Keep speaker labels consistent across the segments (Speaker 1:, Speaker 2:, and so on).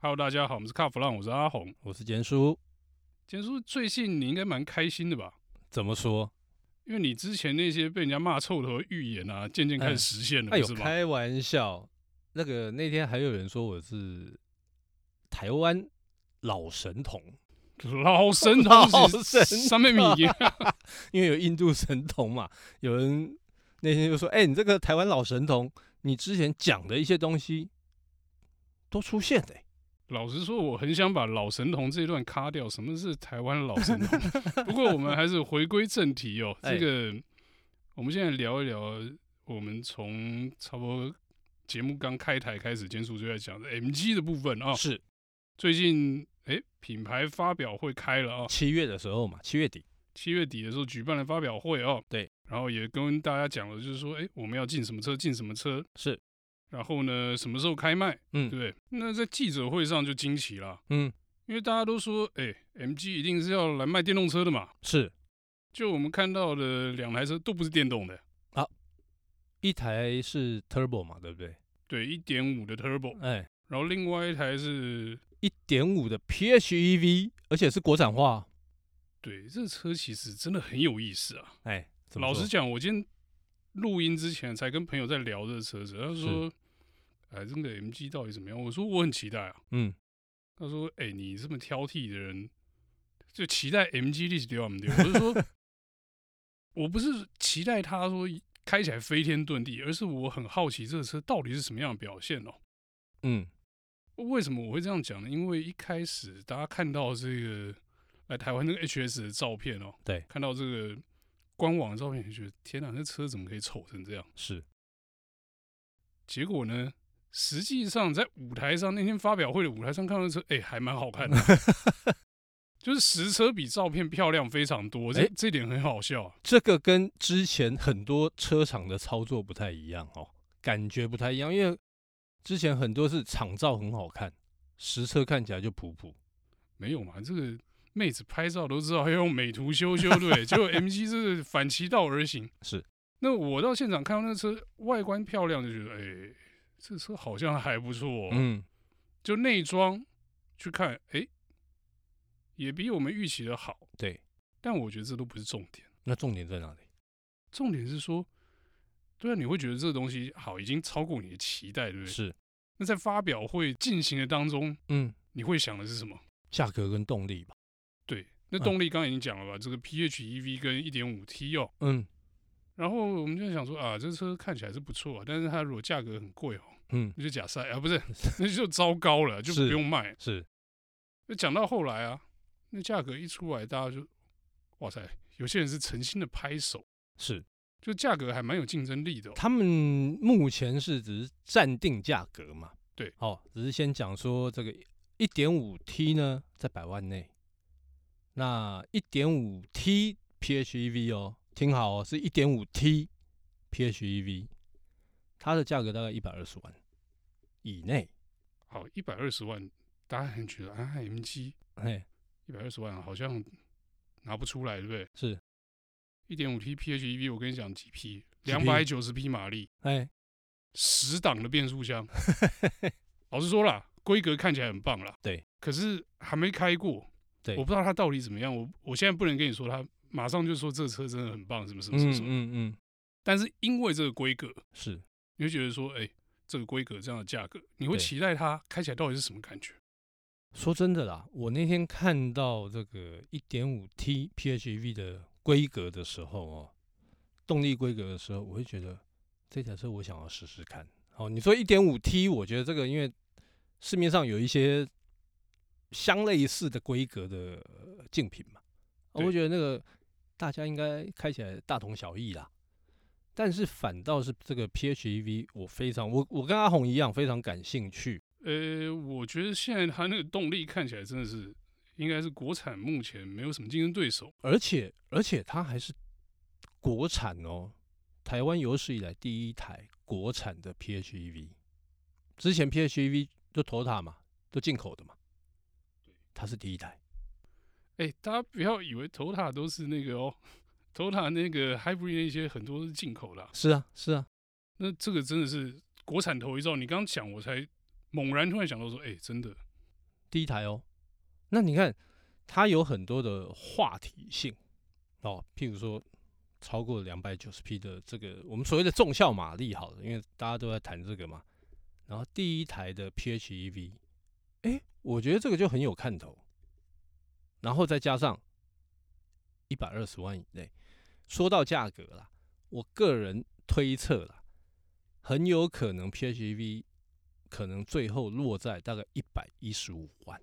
Speaker 1: Hello，大家好，我们是卡弗朗，我是阿红。
Speaker 2: 我是简叔。
Speaker 1: 简叔，最近你应该蛮开心的吧？
Speaker 2: 怎么说？
Speaker 1: 因为你之前那些被人家骂臭头的预言啊，渐渐开始实现了，
Speaker 2: 哎呦，
Speaker 1: 不是吗？
Speaker 2: 开玩笑。那个那天还有人说我是台湾老神童，
Speaker 1: 老神
Speaker 2: 老
Speaker 1: 童是
Speaker 2: 神啊
Speaker 1: 上面米，
Speaker 2: 因为有印度神童嘛。有人那天就说：“哎、你这个台湾老神童，你之前讲的一些东西都出现了、
Speaker 1: 老实说，我很想把老神童这一段卡掉。什么是台湾老神 童？不过我们还是回归正题哦。
Speaker 2: 哎
Speaker 1: 这个，我们现在聊一聊，我们从差不多节目刚开台开始，简叔就在讲的 MG 的部分啊、
Speaker 2: 欸是
Speaker 1: 最近，哎，品牌发表会开了啊、
Speaker 2: 七月的时候嘛，七月底。
Speaker 1: 七月底的时候举办了发表会哦。
Speaker 2: 对，
Speaker 1: 然后也跟大家讲了，就是说，哎，我们要进什么车，进什么车，
Speaker 2: 是，
Speaker 1: 然后呢，什么时候开卖，对不
Speaker 2: 嗯
Speaker 1: 对？那在记者会上就惊奇了，
Speaker 2: 嗯，
Speaker 1: 因为大家都说，哎，MG 一定是要来卖电动车的嘛。
Speaker 2: 是
Speaker 1: 就我们看到的两台车都不是电动的，
Speaker 2: 一台是 Turbo 嘛，对不对？
Speaker 1: 对，一点五的 Turbo，
Speaker 2: 哎、
Speaker 1: 然后另外一台是，
Speaker 2: 一点五的 PHEV，而且是国产化。哦
Speaker 1: 对，这车其实真的很有意思啊。
Speaker 2: 哎、怎么
Speaker 1: 老
Speaker 2: 说
Speaker 1: 实讲，我今天录音之前才跟朋友在聊这个车子，他说：“哎，这个 MG 到底怎么样？”我说：“我很期待啊。
Speaker 2: 嗯，”
Speaker 1: 他说：“哎，你这么挑剔的人，就期待 MG 力气丢我们丢。”我就说：“我不是期待他说开起来飞天遁地，而是我很好奇这个车到底是什么样的表现哦。
Speaker 2: 嗯，
Speaker 1: 为什么我会这样讲呢？因为一开始大家看到这个来台湾那个 HS 的照片哦，
Speaker 2: 对
Speaker 1: 看到这个官网的照片，就觉得天哪，那车怎么可以丑成这样？
Speaker 2: 是
Speaker 1: 结果呢，实际上在舞台上那天发表会的舞台上看到的车，哎、还蛮 好看的，就是实车比照片漂亮非常多，这、
Speaker 2: 哎
Speaker 1: 这点很好笑啊。
Speaker 2: 这个跟之前很多车厂的操作不太一样哦，感觉不太一样，因为之前很多是厂照很好看，实车看起来就普普。
Speaker 1: 没有嘛，这个妹子拍照都知道要用美图修修，对不对，结果 MG 这是反其道而行。
Speaker 2: 是，
Speaker 1: 那我到现场看到那车外观漂亮，就觉得哎、这车好像还不错、哦。
Speaker 2: 嗯，
Speaker 1: 就内装去看，哎、也比我们预期的好。
Speaker 2: 对。
Speaker 1: 但我觉得这都不是重点，
Speaker 2: 那重点在哪里？
Speaker 1: 重点是说，对啊，你会觉得这东西好，已经超过你的期待，对不对？
Speaker 2: 是，
Speaker 1: 那在发表会进行的当中，
Speaker 2: 嗯，
Speaker 1: 你会想的是什么？
Speaker 2: 价格跟动力吧。
Speaker 1: 对，那
Speaker 2: 嗯
Speaker 1: 动力刚才已经讲了吧，这个 PHEV 跟 1.5T 哦，
Speaker 2: 嗯
Speaker 1: 然后我们就想说啊，这车看起来是不错、啊，但是它如果价格很贵哦，
Speaker 2: 嗯，
Speaker 1: 那就假赛啊，不 是，那就糟糕了，就是不用卖。
Speaker 2: 是
Speaker 1: 那讲到后来啊，那价格一出来，大家就哇塞，有些人是诚心的拍手，
Speaker 2: 是，
Speaker 1: 就价格还蛮有竞争力的、哦。
Speaker 2: 他们目前是只是暂定价格嘛？
Speaker 1: 对，
Speaker 2: 哦，只是先讲说这个一点五 T 呢在百万内，那一点五 T PHEV 哦，听好哦，是一点五 T PHEV，它的价格大概一百二十万以内，
Speaker 1: 好，一百二十万，大家很觉得啊，MG
Speaker 2: 嘿，
Speaker 1: 一百二十万好像拿不出来，对不对？
Speaker 2: 是，
Speaker 1: 一点五 T PHEV，我跟你讲几匹，
Speaker 2: 几匹
Speaker 1: 两百九十匹马力，
Speaker 2: 哎，
Speaker 1: 十档的变速 箱。老实说啦，规格看起来很棒啦，
Speaker 2: 对，
Speaker 1: 可是还没开过，
Speaker 2: 对
Speaker 1: 我不知道它到底怎么样。我我现在不能跟你说它，马上就说这车真的很棒，什么什么什么
Speaker 2: 嗯
Speaker 1: 什么。
Speaker 2: 嗯嗯，
Speaker 1: 但是因为这个规格，
Speaker 2: 是
Speaker 1: 你会觉得说，哎、这个规格这样的价格，你会
Speaker 2: 对
Speaker 1: 期待它开起来到底是什么感觉？
Speaker 2: 说真的啦，我那天看到这个 1.5T PHEV E 的规格的时候哦，动力规格的时候，我会觉得这台车我想要试试看。哦，你说 1.5T，我觉得这个因为市面上有一些相类似的规格的呃竞品嘛，啊
Speaker 1: 对
Speaker 2: 我觉得那个大家应该开起来大同小异啦。但是反倒是这个 PHEV，我非常我我跟阿红一样非常感兴趣。
Speaker 1: 呃，我觉得现在它那个动力看起来真的是，应该是国产目前没有什么竞争对手。
Speaker 2: 而且而且它还是国产哦，台湾有史以来第一台国产的 PHEV。之前 PHEV 都 Toyota 嘛，都进口的嘛，它是第一台。
Speaker 1: 哎、大家不要以为 Toyota 都是那个哦，Toyota 那个 Hybrid 那些很多是进口的啊、
Speaker 2: 是啊，是啊，
Speaker 1: 那这个真的是国产头一遭。你刚讲我才猛然突然想到说，哎、真的
Speaker 2: 第一台哦。那你看，它有很多的话题性哦，譬如说超过两百九十匹的这个我们所谓的重效马力，好了，因为大家都在谈这个嘛。然后第一台的 PHEV，哎、我觉得这个就很有看头。然后再加上一百二十万以内，说到价格啦，我个人推测啦，很有可能 PHEV 可能最后落在大概一百一十五万，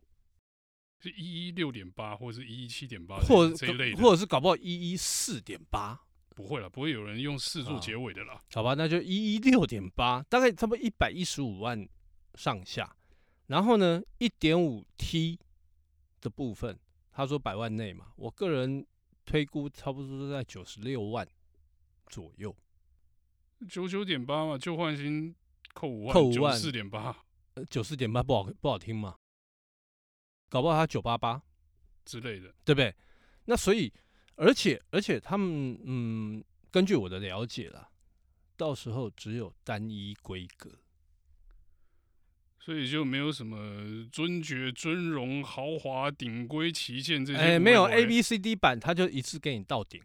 Speaker 1: 是一一六点八或是一一七点八，
Speaker 2: 或
Speaker 1: 这一类
Speaker 2: 者
Speaker 1: 的，
Speaker 2: 或者是搞不好一一四点八，
Speaker 1: 不会了，不会有人用四做
Speaker 2: 啊
Speaker 1: 结尾的啦。
Speaker 2: 好吧，那就一一六点八，大概差不多一百一十五万上下。然后呢，一点五 T 的部分，他说百万内嘛，我个人推估差不多在九十六万左右。
Speaker 1: 九九点八嘛，旧换新扣五万，
Speaker 2: 扣5
Speaker 1: 九
Speaker 2: 万
Speaker 1: 四点 八
Speaker 2: 呃九四点八不好不好听嘛，搞不好他九八八，
Speaker 1: 之类的。
Speaker 2: 对不对？那所以，而且而且他们嗯，根据我的了解啦，到时候只有单一规格，
Speaker 1: 所以就没有什么尊爵、尊荣、豪华、顶规、旗舰这些。
Speaker 2: 哎、没有 A、B、C、D 版，它就一次给你到顶。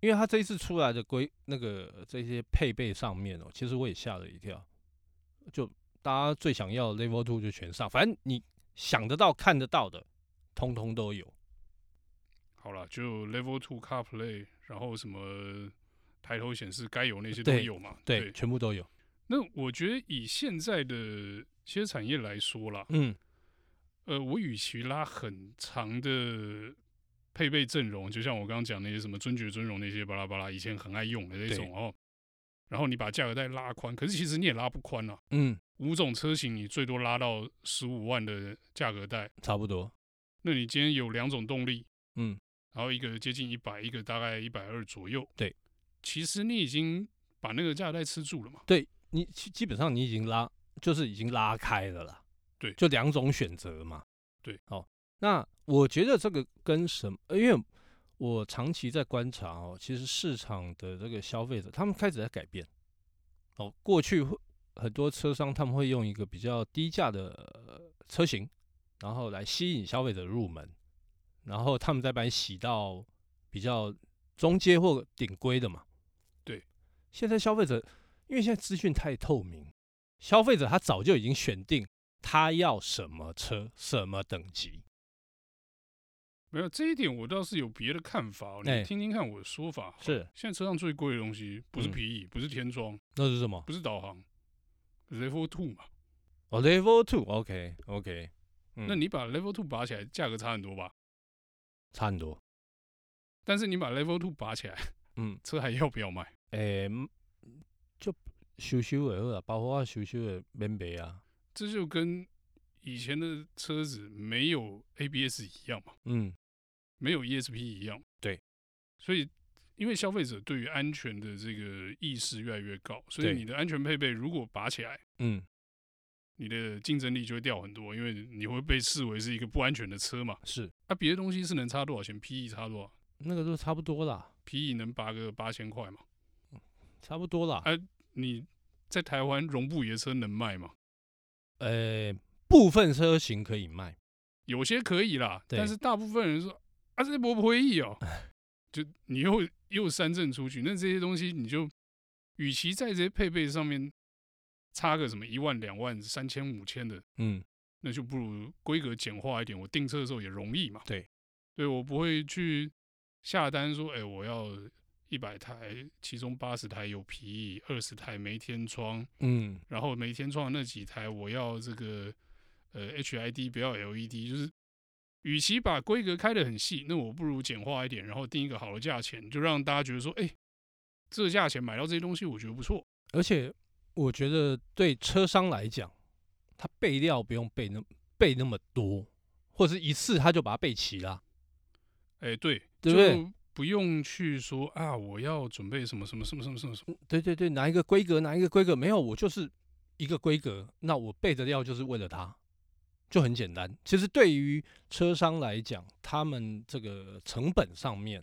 Speaker 2: 因为它这一次出来的规那个这些配备上面哦，其实我也吓了一跳，就大家最想要的 Level Two 就全上，反正你想得到、看得到的，通通都有。
Speaker 1: 好了，就 Level Two CarPlay，然后什么抬头显示该有那些都
Speaker 2: 对
Speaker 1: 有嘛。
Speaker 2: 对，全部都有。
Speaker 1: 那我觉得以现在的些产业来说啦，
Speaker 2: 嗯，
Speaker 1: 呃，我与其拉很长的配备阵容，就像我刚刚讲那些什么尊爵、尊荣那些巴拉巴拉，以前很爱用的那种哦，然后你把价格再拉宽，可是其实你也拉不宽啊。
Speaker 2: 嗯，
Speaker 1: 五种车型你最多拉到十五万的价格带，
Speaker 2: 差不多。
Speaker 1: 那你今天有两种动力，
Speaker 2: 嗯，
Speaker 1: 然后一个接近一百，一个大概一百二左右。
Speaker 2: 对，
Speaker 1: 其实你已经把那个价格带吃住了嘛。
Speaker 2: 你基基本上你已经拉，就是已经拉开了啦。
Speaker 1: 对
Speaker 2: 就两种选择嘛。
Speaker 1: 对，
Speaker 2: 哦，那我觉得这个跟什么？呃因为我长期在观察哦，其实市场的这个消费者他们开始在改变。哦，过去会很多车商他们会用一个比较低价的、呃车型，然后来吸引消费者入门，然后他们再把你洗到比较中阶或顶规的嘛。
Speaker 1: 对，
Speaker 2: 现在消费者因为现在资讯太透明，消费者他早就已经选定他要什么车、什么等级。
Speaker 1: 没有这一点，我倒是有别的看法、哦，你
Speaker 2: 哎
Speaker 1: 听听看我的说法。
Speaker 2: 是，
Speaker 1: 现在车上最贵的东西不是
Speaker 2: 嗯
Speaker 1: 皮椅，不是天窗，
Speaker 2: 那是什么？
Speaker 1: 不是导航，Level Two 嘛。
Speaker 2: 哦，Level Two，OK OK，嗯
Speaker 1: 那你把 Level Two 拔起来，价格差很多吧？
Speaker 2: 差很多。
Speaker 1: 但是你把 Level Two 拔起来，
Speaker 2: 嗯，
Speaker 1: 车还要不要买？
Speaker 2: 诶、嗯就修修的好啦，包括修修的免赔啊。
Speaker 1: 这就跟以前的车子没有 ABS 一样嘛，
Speaker 2: 嗯，
Speaker 1: 没有 ESP 一样。
Speaker 2: 对，
Speaker 1: 所以因为消费者对于安全的这个意识越来越高，所以
Speaker 2: 对
Speaker 1: 你的安全配备如果拔起来，
Speaker 2: 嗯，
Speaker 1: 你的竞争力就会掉很多，因为你会被视为是一个不安全的车嘛。
Speaker 2: 是
Speaker 1: 那、别的东西是能差多少钱？P E 差多少
Speaker 2: 那个都差不多啦，
Speaker 1: ？P E 能拔个八千块嘛？
Speaker 2: 差不多啦
Speaker 1: 啊。你在台湾绒布爷车能卖吗？
Speaker 2: 诶、部分车型可以卖，
Speaker 1: 有些可以啦，
Speaker 2: 对
Speaker 1: 但是大部分人说啊，这波不会意哦，就你又又三振出去，那这些东西你就与其在这些配备上面差个什么一万、两万、三千、五千的，
Speaker 2: 嗯，
Speaker 1: 那就不如规格简化一点，我订车的时候也容易嘛。
Speaker 2: 对，
Speaker 1: 对我不会去下单说，哎、我要一百台，其中八十台有皮椅，二十台没天窗，
Speaker 2: 嗯，
Speaker 1: 然后每天窗的那几台我要这个呃 HID 不要 LED，就是与其把规格开得很细，那我不如简化一点，然后定一个好的价钱，就让大家觉得说，哎、这个价钱买到这些东西，我觉得不错。
Speaker 2: 而且我觉得对车商来讲，他备料不用备那备那么多，或者是一次他就把它备齐啦。
Speaker 1: 哎、对，
Speaker 2: 对不对
Speaker 1: 就不用去说啊，我要准备什么什么什么什么什么什么，
Speaker 2: 嗯对对对，哪一个规格哪一个规格没有，我就是一个规格，那我备的料就是为了它，就很简单。其实对于车商来讲，他们这个成本上面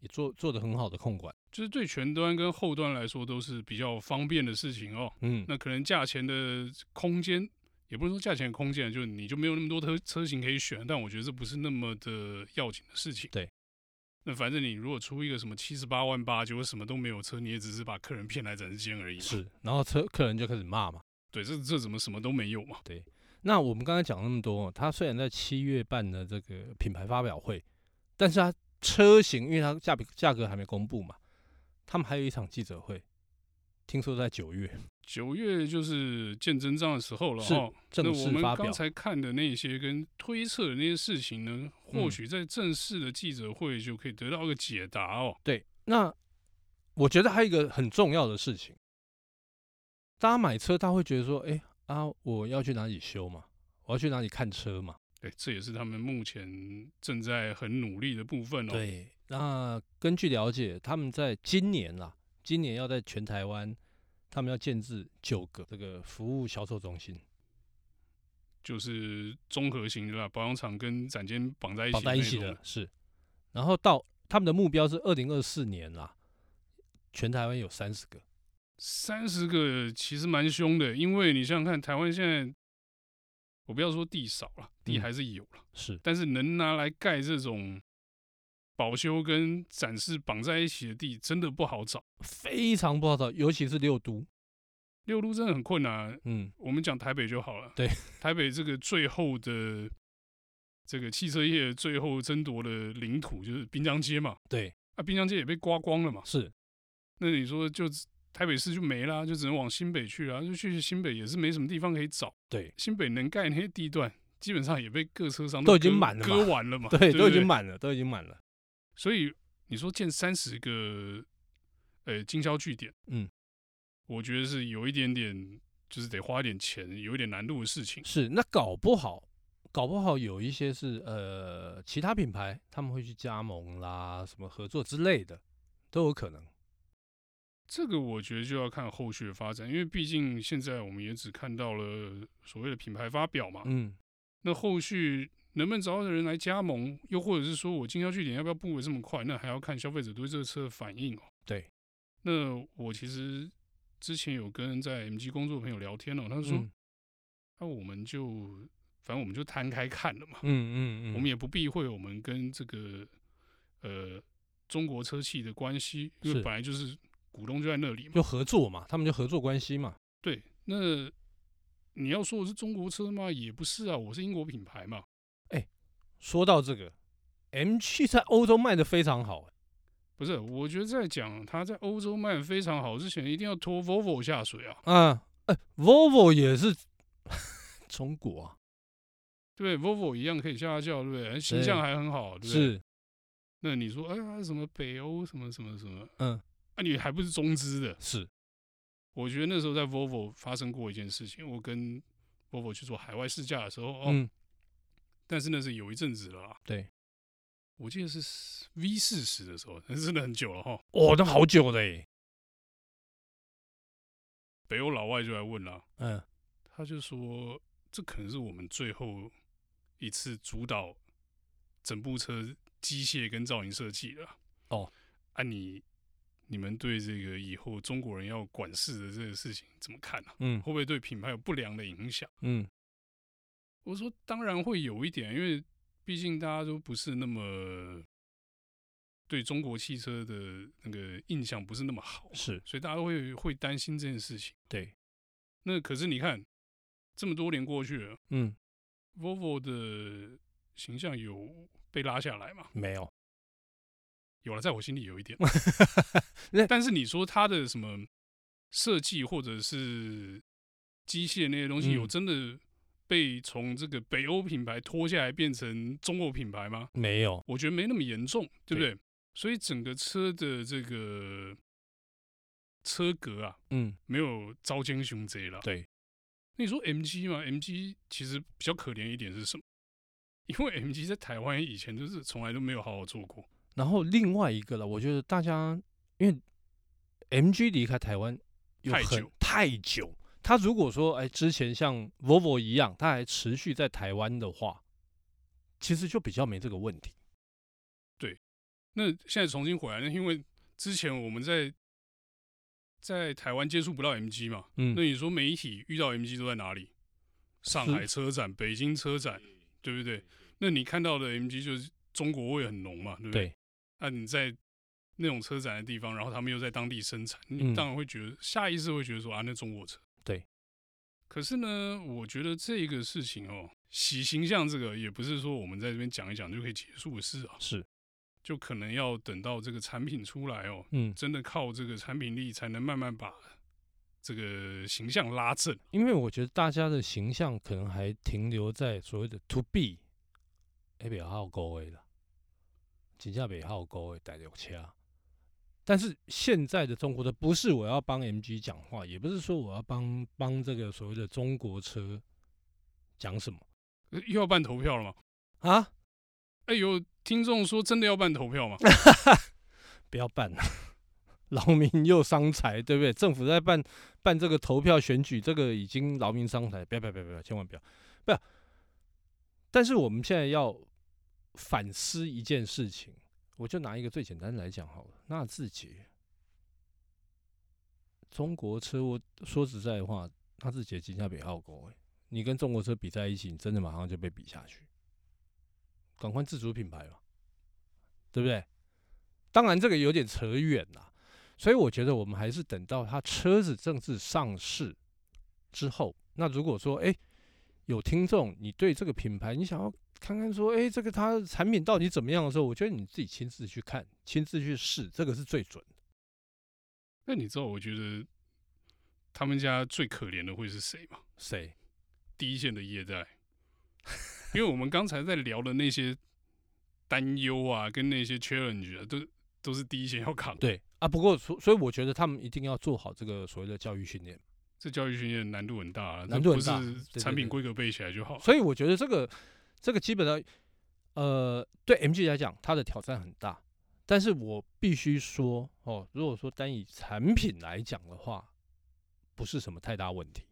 Speaker 2: 也做做的很好的控管。
Speaker 1: 就是对前端跟后端来说都是比较方便的事情哦。
Speaker 2: 嗯，
Speaker 1: 那可能价钱的空间也不是说价钱空间，啊就是你就没有那么多车车型可以选，啊但我觉得这不是那么的要紧的事情。
Speaker 2: 对，
Speaker 1: 那反正你如果出一个什么七十八万八，结果什么都没有车，你也只是把客人骗来展示间而已嘛。
Speaker 2: 是，然后车客人就开始骂嘛。
Speaker 1: 对，这这怎么什么都没有嘛？
Speaker 2: 那我们刚才讲那么多哦，它虽然在七月办的这个品牌发表会，但是它车型因为它价比价格还没公布嘛，他们还有一场记者会，听说在九月
Speaker 1: 九月就是见真章的时候了
Speaker 2: 是
Speaker 1: 哈。那
Speaker 2: 正
Speaker 1: 我
Speaker 2: 式
Speaker 1: 们
Speaker 2: 发表
Speaker 1: 刚。才看的那些跟推测的那些事情呢，或
Speaker 2: 嗯
Speaker 1: 许在正式的记者会就可以得到一个解答哦。
Speaker 2: 对，那我觉得还有一个很重要的事情，大家买车，大家会觉得说，哎啊，我要去哪里修嘛？我要去哪里看车嘛？
Speaker 1: 对，这也是他们目前正在很努力的部分哦。，
Speaker 2: 对，那根据了解，他们在今年啦，今年要在全台湾，他们要建制九个这个服务销售中心，
Speaker 1: 就是综合型的啦，保养厂跟展间绑在一起
Speaker 2: 绑
Speaker 1: 的那
Speaker 2: 在一
Speaker 1: 种
Speaker 2: 起的，是。然后到他们的目标是二零二四年啦，全台湾有三十个，
Speaker 1: 三十个其实蛮凶的，因为你想想看，台湾现在，我不要说地少了，地
Speaker 2: 嗯
Speaker 1: 还是有了，
Speaker 2: 是
Speaker 1: 但是能拿来盖这种保修跟展示绑在一起的地，真的不好找。
Speaker 2: 非常不好找，尤其是六都，
Speaker 1: 六路真的很困难，啊
Speaker 2: 嗯，
Speaker 1: 我们讲台北就好了。
Speaker 2: 对，
Speaker 1: 台北这个最后的这个汽车业最后争夺的领土就是滨江街嘛，
Speaker 2: 对，
Speaker 1: 啊，滨江街也被刮光了嘛，
Speaker 2: 是。
Speaker 1: 那你说就只台北市就没啦，就只能往新北去啦。就去新北也是没什么地方可以找。
Speaker 2: 对，
Speaker 1: 新北能盖那些地段，基本上也被各车商
Speaker 2: 都已经
Speaker 1: 割
Speaker 2: 满了嘛
Speaker 1: 割完了嘛，
Speaker 2: 对，
Speaker 1: 不
Speaker 2: 都已经。满了，都已经满了。
Speaker 1: 所以你说建三十个呃经销据点，
Speaker 2: 嗯，
Speaker 1: 我觉得是有一点点，就是得花一点钱，有一点难度的事情。
Speaker 2: 是，那搞不好，搞不好有一些是呃其他品牌他们会去加盟啦，什么合作之类的，都有可能。
Speaker 1: 这个我觉得就要看后续的发展，因为毕竟现在我们也只看到了所谓的品牌发表嘛，
Speaker 2: 嗯，
Speaker 1: 那后续能不能找到人来加盟，又或者是说我经销据点要不要布的这么快，那还要看消费者对这个车的反应哦。
Speaker 2: 对，
Speaker 1: 那我其实之前有跟在 MG 工作的朋友聊天哦，他说，那、啊
Speaker 2: 嗯
Speaker 1: 我们就反正我们就摊开看了嘛，
Speaker 2: 嗯嗯嗯，
Speaker 1: 我们也不避讳我们跟这个呃中国车企的关系，因为
Speaker 2: 是
Speaker 1: 本来就是股东就在那里嘛。
Speaker 2: 就合作嘛，他们就合作关系嘛。
Speaker 1: 对，那你要说我是中国车吗？也不是啊，我是英国品牌嘛。
Speaker 2: 说到这个，MG 在欧洲卖的非常好、
Speaker 1: 不是，我觉得在讲他在欧洲卖得非常好之前，一定要拖 Volvo 下水啊。
Speaker 2: 啊，哎、v o l v o 也是 中国啊，
Speaker 1: 对不对，Volvo 一样可以下架，对不对？形
Speaker 2: 对
Speaker 1: 象还很好，对不对？
Speaker 2: 是，
Speaker 1: 那你说，哎呀，什么北欧什么什么什么，
Speaker 2: 嗯，
Speaker 1: 啊，你还不是中资的？
Speaker 2: 是，
Speaker 1: 我觉得那时候在 Volvo 发生过一件事情，我跟 Volvo 去做海外试驾的时候，哦，
Speaker 2: 嗯，
Speaker 1: 但是那是有一阵子了啊，
Speaker 2: 对，
Speaker 1: 我记得是 V 四十的时候， 那真的很久了哈。
Speaker 2: 哦，那好久的、欸，
Speaker 1: 北欧老外就来问了，啊
Speaker 2: 嗯，
Speaker 1: 他就说这可能是我们最后一次主导整部车机械跟造型设计了。
Speaker 2: 哦，
Speaker 1: 啊你你们对这个以后中国人要管事的这个事情怎么看呢、啊
Speaker 2: 嗯
Speaker 1: 会不会对品牌有不良的影响？
Speaker 2: 嗯，
Speaker 1: 我说当然会有一点，因为毕竟大家都不是那么对中国汽车的那个印象不是那么好，
Speaker 2: 是
Speaker 1: 所以大家会会担心这件事情。
Speaker 2: 对，
Speaker 1: 那可是你看，这么多年过去了。
Speaker 2: 嗯，
Speaker 1: Volvo 的形象有被拉下来嘛？
Speaker 2: 没有。
Speaker 1: 有了，在我心里有一点
Speaker 2: 那。
Speaker 1: 但是你说它的什么设计或者是机械那些东西，
Speaker 2: 嗯
Speaker 1: 有真的被从这个北欧品牌拖下来变成中国品牌吗？
Speaker 2: 没有，
Speaker 1: 我觉得没那么严重，对不对？所以整个车的这个车格啊，
Speaker 2: 嗯，
Speaker 1: 没有招奸雄贼了。
Speaker 2: 对，
Speaker 1: 那你说 MG 嘛，MG 其实比较可怜一点是什么？因为 MG 在台湾以前就是从来都没有好好做过，
Speaker 2: 然后另外一个了，我觉得大家因为 MG 离开台湾有
Speaker 1: 太
Speaker 2: 很
Speaker 1: 久
Speaker 2: 太久，他如果说哎之前像 Volvo 一样，他还持续在台湾的话，其实就比较没这个问题。
Speaker 1: 那现在重新回来，那因为之前我们在在台湾接触不到 MG 嘛，那
Speaker 2: 嗯，
Speaker 1: 你说媒体遇到 MG 都在哪里？上海车展、北京车展，对不对？那你看到的 MG 就是中国味很浓嘛，对不对？
Speaker 2: 对，
Speaker 1: 那啊你在那种车展的地方，然后他们又在当地生产，
Speaker 2: 嗯
Speaker 1: 你当然会觉得、下意识会觉得说啊，那中国车。
Speaker 2: 对。
Speaker 1: 可是呢，我觉得这个事情哦，洗形象这个也不是说我们在这边讲一讲就可以结束的事啊，
Speaker 2: 是，
Speaker 1: 就可能要等到这个产品出来哦，
Speaker 2: 嗯，
Speaker 1: 真的靠这个产品力才能慢慢把这个形象拉正。
Speaker 2: 因为我觉得大家的形象可能还停留在所谓的 to B，哎，别好高的啦，真正别好高的带着车。但是现在的中国车，不是我要帮 MG 讲话，也不是说我要帮帮这个所谓的中国车讲什么
Speaker 1: 呃又要办投票了吗？
Speaker 2: 啊，
Speaker 1: 哎、有听众说真的要办投票吗？
Speaker 2: 不要办了，劳民又伤财，对不对？政府在办办这个投票选举，这个已经劳民伤财，不要不要不要不要，千万不要不要。但是我们现在要反思一件事情，我就拿一个最简单来讲好了，纳智捷，中国车，我说实在话，纳智捷今天比好国、欸，你跟中国车比在一起，你真的马上就被比下去，赶快自主品牌嘛，对不对？当然，这个有点扯远了，所以我觉得我们还是等到它车子正式上市之后，那如果说哎、诶有听众你对这个品牌你想要看看说哎、诶这个它的产品到底怎么样的时候，我觉得你自己亲自去看、亲自去试，这个是最准的。
Speaker 1: 那你知道我觉得他们家最可怜的会是谁吗？
Speaker 2: 谁？
Speaker 1: 第一线的业代，因为我们刚才在聊的那些担忧啊，跟那些 challenge 啊，都都是第一线要扛的。
Speaker 2: 对啊，不过所所以我觉得他们一定要做好这个所谓的教育训练。
Speaker 1: 这教育训练难度很大、啊，
Speaker 2: 难度很大
Speaker 1: 这不
Speaker 2: 对
Speaker 1: 是产
Speaker 2: 对对
Speaker 1: 品规格背起来就好了。
Speaker 2: 所以我觉得这个这个基本上，呃，对 MG 来讲，它的挑战很大。但是我必须说哦，如果说单以产品来讲的话，不是什么太大问题。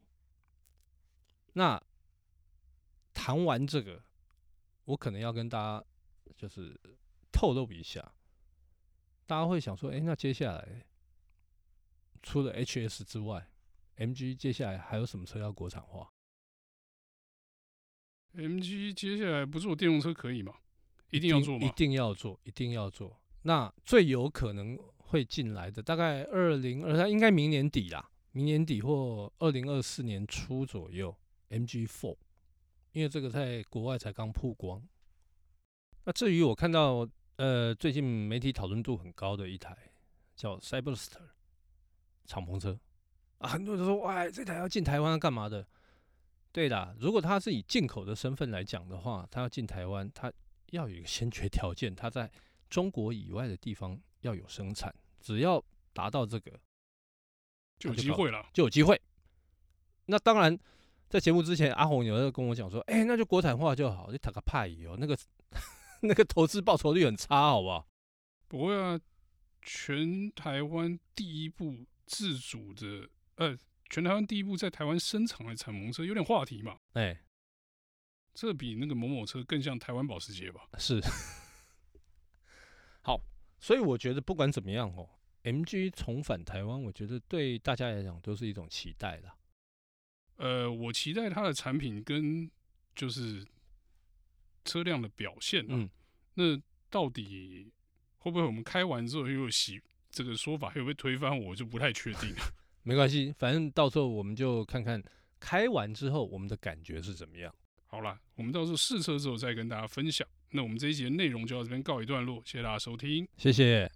Speaker 2: 那谈完这个，我可能要跟大家就是透露一下，大家会想说，诶，哎那接下来除了 HS 之外，MG 接下来还有什么车要国产化？
Speaker 1: MG 接下来不做电动车可以吗？一定要做
Speaker 2: 一
Speaker 1: 吗？
Speaker 2: 定要做，一定要做。那最有可能会进来的，大概二零二三，应该明年底啦，明年底或二零二四年初左右，MG Four，因为这个在国外才刚曝光。那至于我看到，呃，最近媒体讨论度很高的一台叫 Cyberster 敞篷车啊，很多人都说，哇，这台要进台湾要干嘛的？对啦，如果它是以进口的身份来讲的话，它要进台湾，它要有一个先决条件，它在中国以外的地方要有生产，只要达到这个
Speaker 1: 就有
Speaker 2: 那就
Speaker 1: 机
Speaker 2: 搞
Speaker 1: 会了。
Speaker 2: 就有机会。那当然，在节目之前，阿红有在跟我讲说，哎、那就国产化就好，就打个派哦，那个 那个投资报酬率很差，好不好？
Speaker 1: 不会啊，全台湾第一部自主的，呃，全台湾第一部在台湾生产的敞篷车，有点话题嘛。
Speaker 2: 哎、
Speaker 1: 这比那个某某车更像台湾保时捷吧？
Speaker 2: 是。 好，所以我觉得不管怎么样哦，MG 重返台湾，我觉得对大家来讲都是一种期待啦。
Speaker 1: 呃，我期待它的产品跟就是车辆的表现、啊。
Speaker 2: 嗯，
Speaker 1: 那到底会不会我们开完之后又有洗这个说法，会不会推翻？我就不太确定了。
Speaker 2: 没关系，反正到时候我们就看看开完之后我们的感觉是怎么样。
Speaker 1: 好啦，我们到时候试车之后再跟大家分享。那我们这一集的内容就到这边告一段落，谢谢大家收听。
Speaker 2: 谢谢。